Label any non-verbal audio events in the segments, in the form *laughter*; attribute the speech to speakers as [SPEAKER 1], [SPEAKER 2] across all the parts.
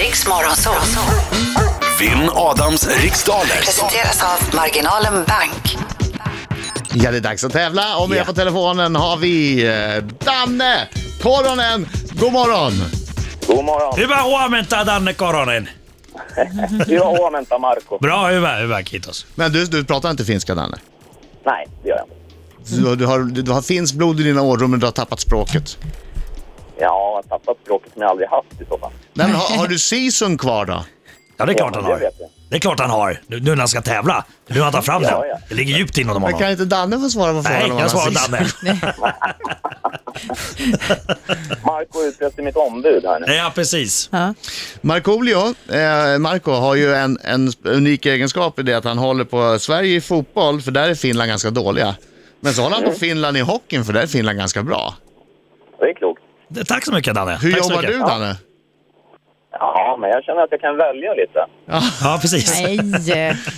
[SPEAKER 1] Riks Morgonzoo.
[SPEAKER 2] Vinn Adams riksdaler.
[SPEAKER 1] Presenteras av Marginalen Bank.
[SPEAKER 3] Ja, det är dags att tävla och med på telefonen har vi eh, Danne Koronen. God morgon!
[SPEAKER 4] God
[SPEAKER 5] *laughs*
[SPEAKER 4] morgon.
[SPEAKER 5] Hyvää huomenta, Danne Koronen.
[SPEAKER 4] Hyvää huomenta, Markku.
[SPEAKER 5] Bra, hyvä, hyvä, kiitos.
[SPEAKER 3] Men du, du pratar inte finska Danne?
[SPEAKER 4] Nej, det gör jag inte.
[SPEAKER 3] Så Du, du, har, du har finskt blod i dina ådror men du har tappat språket.
[SPEAKER 4] Ja, jag har tappat språket som jag aldrig haft i så fall.
[SPEAKER 3] Nej, men har, har du sisun kvar då?
[SPEAKER 5] Ja, det är klart han
[SPEAKER 4] Ja, det
[SPEAKER 5] har.
[SPEAKER 4] vet jag.
[SPEAKER 5] Det är klart han har. Nu, nu när han ska tävla. Nu när han tar fram
[SPEAKER 4] Ja,
[SPEAKER 5] den.
[SPEAKER 4] ja.
[SPEAKER 5] Det ligger djupt inom
[SPEAKER 3] Men kan
[SPEAKER 5] honom.
[SPEAKER 3] inte Danne få svara på frågan om
[SPEAKER 5] Nej,
[SPEAKER 3] han har
[SPEAKER 5] jag svarar
[SPEAKER 3] sisun?
[SPEAKER 5] Danne.
[SPEAKER 4] Marco utses till mitt ombud här nu.
[SPEAKER 5] *laughs* Ja, precis.
[SPEAKER 3] Markoolio, eh, Marco har ju en, en unik egenskap i det att han håller på Sverige i fotboll, för där är Finland ganska dåliga. Men så håller han på Finland i hockeyn, för där är Finland ganska bra.
[SPEAKER 4] Det är klokt.
[SPEAKER 5] Det- Tack så mycket, Danne.
[SPEAKER 3] Hur
[SPEAKER 5] Tack så
[SPEAKER 3] jobbar
[SPEAKER 5] mycket.
[SPEAKER 3] du Danne?
[SPEAKER 4] Ja, men jag känner att jag kan välja lite.
[SPEAKER 5] Ja, precis.
[SPEAKER 6] *laughs* Nej,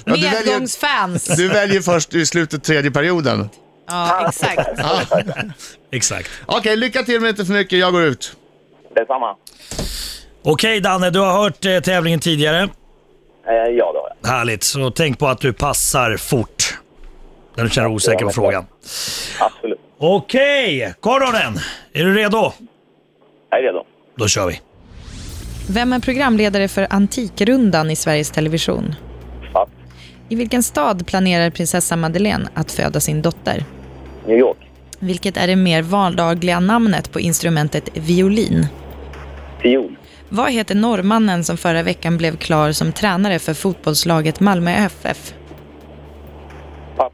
[SPEAKER 3] väljer-
[SPEAKER 6] medgångsfans.
[SPEAKER 3] Du väljer först i slutet tredje perioden.
[SPEAKER 6] *laughs* Ja, exakt.
[SPEAKER 5] Exakt.
[SPEAKER 3] Okej, lycka till men inte för mycket. Jag går ut.
[SPEAKER 4] Detsamma.
[SPEAKER 5] Okej, Danne. Du har hört eh, tävlingen tidigare.
[SPEAKER 4] Eh, ja, det har jag.
[SPEAKER 5] Härligt. Så tänk på att du passar fort. När du känner dig osäker på frågan.
[SPEAKER 4] Absolut.
[SPEAKER 5] Okej, Koronen. Är du redo?
[SPEAKER 4] Jag är redo.
[SPEAKER 5] Då kör vi.
[SPEAKER 6] Vem är programledare för Antikrundan i Sveriges Television?
[SPEAKER 4] Pass.
[SPEAKER 6] I vilken stad planerar prinsessa Madeleine att föda sin dotter?
[SPEAKER 4] New York.
[SPEAKER 6] Vilket är det mer vardagliga namnet på instrumentet violin?
[SPEAKER 4] Fiol.
[SPEAKER 6] Vad heter norrmannen som förra veckan blev klar som tränare för fotbollslaget Malmö FF?
[SPEAKER 4] Pass.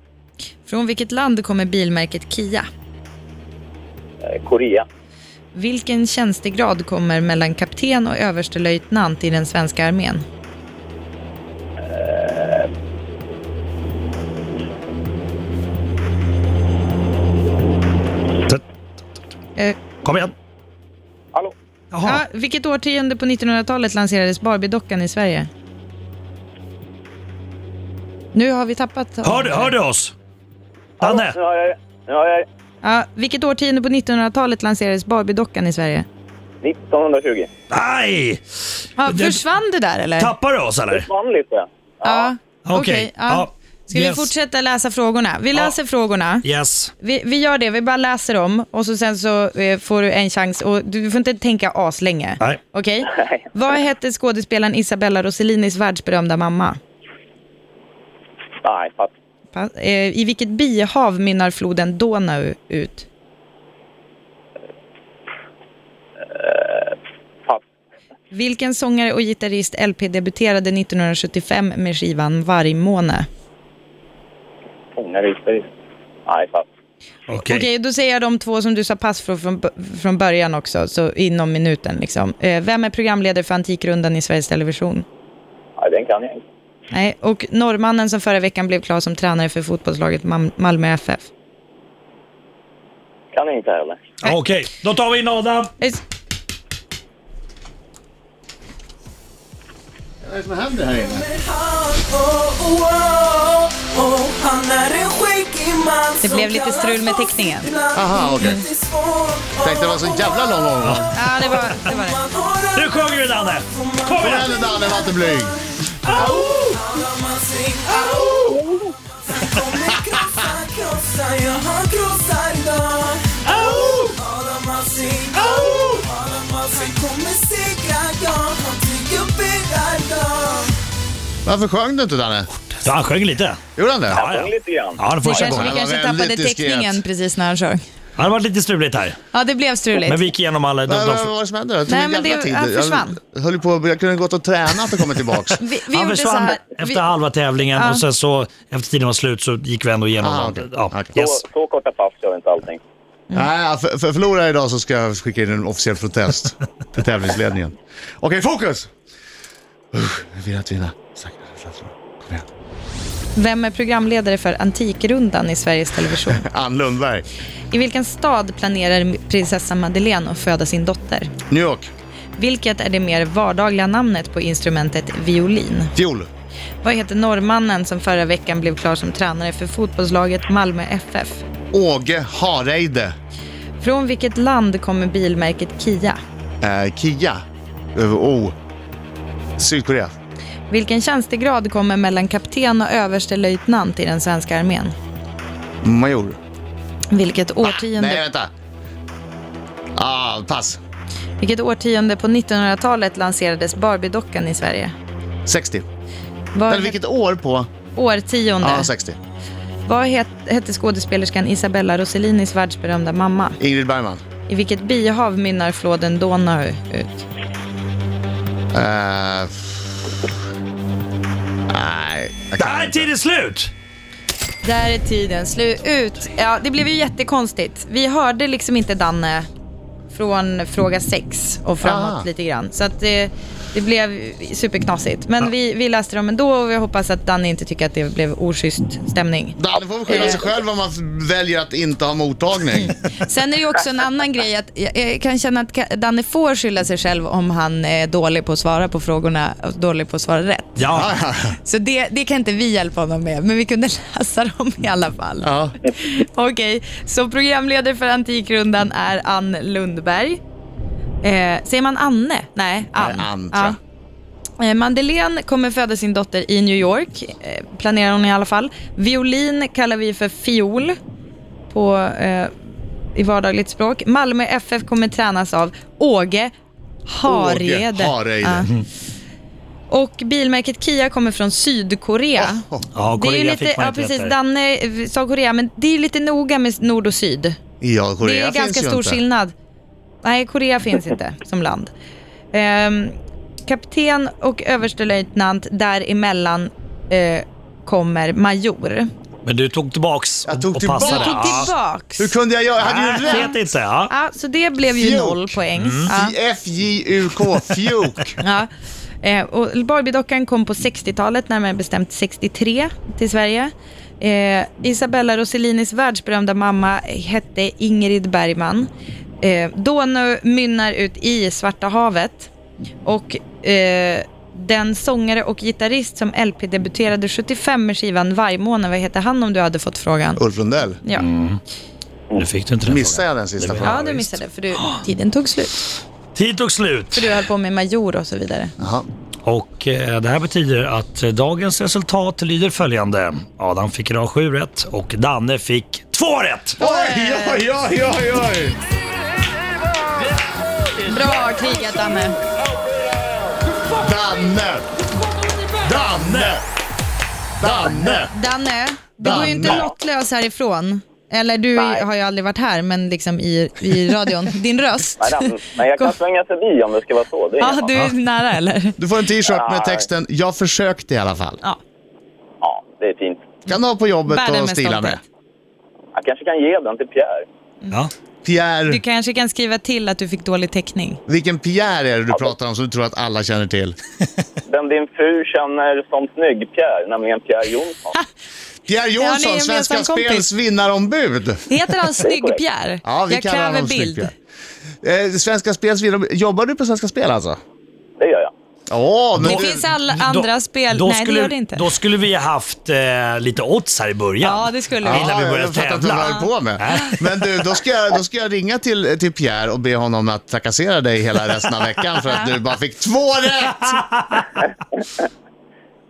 [SPEAKER 6] Från vilket land kommer bilmärket Kia?
[SPEAKER 4] Eh, Korea.
[SPEAKER 6] Vilken tjänstegrad kommer mellan kapten och överstelöjtnant i den svenska armén? Eh,
[SPEAKER 5] Kom igen.
[SPEAKER 4] Hallå?
[SPEAKER 5] Jaha.
[SPEAKER 6] ja, vilket årtionde på 1900-talet lanserades Barbie-dockan i Sverige? Nu har vi tappat
[SPEAKER 5] Hör, du- hör du oss? Danne?
[SPEAKER 4] Nu har jag Nu har jag
[SPEAKER 6] Ja, vilket årtionde på 1900-talet lanserades Barbie-dockan i Sverige?
[SPEAKER 4] 1920.
[SPEAKER 5] Nej!
[SPEAKER 6] Ja,
[SPEAKER 5] Det-
[SPEAKER 6] försvann det där eller?
[SPEAKER 5] Tappar du oss eller?
[SPEAKER 4] Vann lite.
[SPEAKER 6] Ja,
[SPEAKER 5] Okej.
[SPEAKER 6] okej.
[SPEAKER 5] Ja.
[SPEAKER 6] ja. Ska vi
[SPEAKER 5] Yes.
[SPEAKER 6] fortsätta läsa frågorna? Vi läser frågorna.
[SPEAKER 5] Yes.
[SPEAKER 6] Vi, vi gör det, vi bara läser dem och så sen så eh, får du en chans och du får inte tänka aslänge.
[SPEAKER 5] Nej.
[SPEAKER 6] Okej? Vad hette skådespelaren Isabella Rossellinis världsberömda mamma?
[SPEAKER 4] Nej, pass.
[SPEAKER 6] Pa- eh, I vilket bihav mynnar floden Donau ut?
[SPEAKER 4] Pass.
[SPEAKER 6] Vilken sångare och gitarrist LP debuterade 1975 med skivan Vargmåne?
[SPEAKER 4] Fångare i Nej, pass.
[SPEAKER 5] Okej.
[SPEAKER 6] Okej, då säger jag de två som du sa pass från, från, från början också, så inom minuten liksom. Eh, vem är programledare för Antikrundan i Sveriges Television?
[SPEAKER 4] Nej, den kan jag inte.
[SPEAKER 6] Nej, och norrmannen som förra veckan blev klar som tränare för fotbollslaget Mam- Malmö FF.
[SPEAKER 4] Kan jag inte heller.
[SPEAKER 5] Ja, Okej, då tar vi in Adam.
[SPEAKER 6] Eh, s-
[SPEAKER 3] Vad är det som händer här inne?
[SPEAKER 6] Det blev lite strul med teckningen.
[SPEAKER 3] Aha, okej. Tänkte det var så jävla lång omgång.
[SPEAKER 6] Ja, det var det. Var det.
[SPEAKER 5] Nu sjunger vi Danne. Kom
[SPEAKER 3] Kom
[SPEAKER 5] igen!
[SPEAKER 3] igen nu Danne, var inte blyg. Varför sjöng du inte Danne?
[SPEAKER 5] Ja, han sjöng lite.
[SPEAKER 3] Gjorde han det?
[SPEAKER 5] Ja,
[SPEAKER 4] Fång
[SPEAKER 5] ja.
[SPEAKER 4] lite grann.
[SPEAKER 5] ja han får
[SPEAKER 6] Vi
[SPEAKER 5] kämpa.
[SPEAKER 6] kanske,
[SPEAKER 5] Det
[SPEAKER 6] vi
[SPEAKER 3] var
[SPEAKER 6] kanske
[SPEAKER 3] väldigt
[SPEAKER 6] tappade
[SPEAKER 3] diskret.
[SPEAKER 6] teckningen precis när han sjöng.
[SPEAKER 5] har varit lite struligt här.
[SPEAKER 6] Ja, det blev struligt.
[SPEAKER 5] Men vi gick igenom alla. De,
[SPEAKER 3] Vad vad- vad
[SPEAKER 5] de,
[SPEAKER 3] var det som hände då? Det tog
[SPEAKER 6] Nej,
[SPEAKER 3] en
[SPEAKER 6] men
[SPEAKER 3] jävla
[SPEAKER 6] det-
[SPEAKER 3] tid.
[SPEAKER 6] han
[SPEAKER 3] Jag
[SPEAKER 6] försvann.
[SPEAKER 3] höll ju på, jag kunde gått och tränat och kommit
[SPEAKER 6] *laughs*
[SPEAKER 3] tillbaks.
[SPEAKER 6] vi, vi
[SPEAKER 5] han
[SPEAKER 6] gjorde så
[SPEAKER 5] försvann
[SPEAKER 6] här.
[SPEAKER 5] efter
[SPEAKER 6] vi,
[SPEAKER 5] halva tävlingen
[SPEAKER 6] Ja.
[SPEAKER 5] och sen så efter tiden var slut så gick vi ändå igenom.
[SPEAKER 3] Ah,
[SPEAKER 5] dem.
[SPEAKER 3] okej.
[SPEAKER 5] ja,
[SPEAKER 3] Okej.
[SPEAKER 5] yes.
[SPEAKER 4] Så, så korta pass gör inte allting.
[SPEAKER 3] Nej, för, för förlorar jag idag så ska jag skicka in en officiell protest till tävlingsledningen. Okej, fokus! Usch, jag vill att vinna. Sakta, sakta. Kom igen.
[SPEAKER 6] vem är programledare för Antikrundan i Sveriges Television?
[SPEAKER 3] Ann Lundberg,
[SPEAKER 6] I vilken stad planerar prinsessa Madeleine att föda sin dotter?
[SPEAKER 3] New York,
[SPEAKER 6] Vilket är det mer vardagliga namnet på instrumentet violin?
[SPEAKER 3] fjol.
[SPEAKER 6] Vad heter norrmannen som förra veckan blev klar som tränare för fotbollslaget Malmö FF?
[SPEAKER 3] Åge Hareide,
[SPEAKER 6] Från vilket land kommer bilmärket Kia?
[SPEAKER 3] eh, Kia, över Eh, O. Sydkorea.
[SPEAKER 6] Vilken tjänstegrad kommer mellan kapten och överstelöjtnant i den svenska armén?
[SPEAKER 3] Major.
[SPEAKER 6] Vilket
[SPEAKER 3] Ah, Nej,
[SPEAKER 6] årtionde,
[SPEAKER 3] vänta. Ah, pass.
[SPEAKER 6] vilket årtionde på 1900-talet lanserades Barbie-dockan i Sverige?
[SPEAKER 3] 60.
[SPEAKER 6] Vad
[SPEAKER 3] Eller vilket år på?
[SPEAKER 6] het- årtionde?
[SPEAKER 3] Ja, 60.
[SPEAKER 6] Vad het, hette skådespelerskan Isabella Rossellinis världsberömda mamma?
[SPEAKER 3] Ingrid Bergman.
[SPEAKER 6] I vilket bihav mynnar floden Donau ut?
[SPEAKER 3] Eh, nej, jag kan
[SPEAKER 5] Där är tiden slut!
[SPEAKER 6] Där är tiden slut. Ut. Ja, det blev ju jättekonstigt. Vi hörde liksom inte Danne från fråga sex och framåt
[SPEAKER 3] Ah.
[SPEAKER 6] lite grann. Så att det, det blev superknasigt. Men vi, vi läste dem ändå och vi hoppas att Danne inte tycker att det blev oschysst stämning.
[SPEAKER 3] Danne får väl skylla sig själv om man f- väljer att inte ha
[SPEAKER 6] *laughs*
[SPEAKER 3] mottagning.
[SPEAKER 6] Sen är det ju också en annan grej att jag jag kan känna att Ka- Danne får skylla sig själv om han är dålig på att svara på frågorna och dålig på att svara rätt.
[SPEAKER 5] Ja,
[SPEAKER 6] Så det, det kan inte vi hjälpa honom med, men vi kunde *laughs* läsa dem i alla fall.
[SPEAKER 3] Ja.
[SPEAKER 6] Okej, så programledare för Antikrundan är Ann Lundberg. Eh, säger man Anne? Nej, Ann.
[SPEAKER 3] Nej, Ann, tror jag.
[SPEAKER 6] Ja. Eh, Madeleine kommer föda sin dotter i New York, eh, planerar hon i alla fall. Violin kallar vi för fiol på, eh, i vardagligt språk. Malmö FF kommer tränas av Åge Harede.
[SPEAKER 3] Åge Hareide.
[SPEAKER 6] Ja. Och bilmärket Kia kommer från Sydkorea.
[SPEAKER 5] ja
[SPEAKER 6] Det är
[SPEAKER 5] Korea
[SPEAKER 6] ju lite,
[SPEAKER 5] fick man
[SPEAKER 6] ja
[SPEAKER 5] inte
[SPEAKER 6] precis,
[SPEAKER 5] rätt där.
[SPEAKER 6] Danne eh, sa Korea, men det är lite noga med nord och syd.
[SPEAKER 3] Ja, Korea
[SPEAKER 6] det är
[SPEAKER 3] finns
[SPEAKER 6] ganska
[SPEAKER 3] ju
[SPEAKER 6] stor
[SPEAKER 3] inte.
[SPEAKER 6] skillnad. Nej,
[SPEAKER 3] *laughs*
[SPEAKER 6] Korea finns inte som land. Ehm, kapten och överstelöjtnant, däremellan eh, kommer major.
[SPEAKER 5] Men du tog tillbaks
[SPEAKER 3] Jag tog
[SPEAKER 5] och passade.
[SPEAKER 6] Du tog
[SPEAKER 5] Ja.
[SPEAKER 6] tillbaks.
[SPEAKER 3] Hur kunde jag göra? Jag hade ju
[SPEAKER 5] Nej,
[SPEAKER 3] rätt.
[SPEAKER 5] vet inte. Ja.
[SPEAKER 6] Ja, så det blev ju
[SPEAKER 3] Fjuk.
[SPEAKER 6] noll poäng.
[SPEAKER 3] Mm.
[SPEAKER 6] Mm. Ja.
[SPEAKER 3] F-J-U-K, fjuk.
[SPEAKER 6] Ja. Eh, och Barbiedockan kom på 60-talet, närmare bestämt 63, till Sverige. Eh, Isabella Rossellinis världsberömda mamma hette Ingrid Bergman. Eh, Donau mynnar ut i Svarta havet. Och eh, den sångare och gitarrist som LP debuterade 75 med skivan Vargmånen, vad heter han om du hade fått frågan?
[SPEAKER 3] Ulf Lundell.
[SPEAKER 6] Ja,
[SPEAKER 5] Nu fick du inte den
[SPEAKER 3] Missade
[SPEAKER 5] frågan.
[SPEAKER 3] jag den sista
[SPEAKER 5] Det-
[SPEAKER 3] frågan?
[SPEAKER 6] ja du missade för du, *gasps* tiden tog slut.
[SPEAKER 5] Tid tog slut.
[SPEAKER 6] För du höll på med Major och så vidare.
[SPEAKER 3] Jaha.
[SPEAKER 5] Och eh, det här betyder att eh, dagens resultat lyder följande. Adam fick idag sju rätt och Danne fick två rätt.
[SPEAKER 3] Oj, oj, oj, oj, oj.
[SPEAKER 6] Bra krigat, Danne.
[SPEAKER 3] Danne! Danne! Danne!
[SPEAKER 6] Danne, det går ju inte
[SPEAKER 3] Danne.
[SPEAKER 6] lottlös härifrån. Eller du
[SPEAKER 4] Nej.
[SPEAKER 6] har ju aldrig varit här, men liksom i, i radion.
[SPEAKER 3] *laughs*
[SPEAKER 6] Din röst.
[SPEAKER 4] Nej, nej,
[SPEAKER 6] *laughs*
[SPEAKER 4] men jag kan svänga förbi om det ska vara så. Det är
[SPEAKER 6] Ja,
[SPEAKER 4] inga
[SPEAKER 6] du är nära eller?
[SPEAKER 3] Du får en t-shirt med
[SPEAKER 4] Nej.
[SPEAKER 3] texten “Jag försökte i alla fall”.
[SPEAKER 6] Ja,
[SPEAKER 4] fara. Ja, det är fint.
[SPEAKER 3] Kan du ha på jobbet
[SPEAKER 6] bär den
[SPEAKER 3] och
[SPEAKER 6] med
[SPEAKER 3] stila med.
[SPEAKER 6] stolthet.
[SPEAKER 4] Jag kanske kan ge den till Pierre.
[SPEAKER 5] Ja.
[SPEAKER 6] Du
[SPEAKER 3] Pierre,
[SPEAKER 6] kanske kan skriva till att du fick dålig täckning.
[SPEAKER 3] vilken Pierre är det du pratar om som du tror att alla känner till?
[SPEAKER 4] Den din fru känner som snygg Pierre, nämligen Pierre
[SPEAKER 6] *laughs*
[SPEAKER 4] Jonsson.
[SPEAKER 3] Pierre
[SPEAKER 6] ni
[SPEAKER 3] Jonsson,
[SPEAKER 6] gemensam
[SPEAKER 3] Svenska
[SPEAKER 6] kompis?
[SPEAKER 3] Spels vinnarombud.
[SPEAKER 6] Heter
[SPEAKER 3] *laughs*
[SPEAKER 6] han Snygg-Pierre?
[SPEAKER 3] Ja, vi
[SPEAKER 6] Jag
[SPEAKER 3] kallar
[SPEAKER 6] kräver
[SPEAKER 3] honom
[SPEAKER 6] bild.
[SPEAKER 3] Snygg Pierre. Eh, Svenska Spels vinnarombud. Jobbar du på Svenska Spel alltså?
[SPEAKER 4] Det gör jag.
[SPEAKER 3] Ja, men
[SPEAKER 6] Det
[SPEAKER 3] du-
[SPEAKER 6] finns alla andra spel. Nej,
[SPEAKER 5] skulle,
[SPEAKER 6] det gör det inte.
[SPEAKER 5] Då skulle vi ha haft eh, lite odds här i början.
[SPEAKER 6] Ja, det skulle vi.
[SPEAKER 5] Innan vi började
[SPEAKER 3] jag fattar inte vad du
[SPEAKER 5] tävla.
[SPEAKER 3] höll på med. Men du, då ska jag, då ska jag ringa till, till Pierre och be honom att trakassera dig hela resten av veckan för att du bara fick två
[SPEAKER 5] *laughs*
[SPEAKER 3] rätt!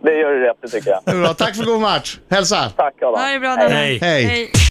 [SPEAKER 4] Det gör du rätt i, tycker jag.
[SPEAKER 3] Bra, tack för god match. Hälsa!
[SPEAKER 4] Tack Adam.
[SPEAKER 6] Ha det bra Danne.
[SPEAKER 5] Hej.
[SPEAKER 3] Hej.
[SPEAKER 6] Hej.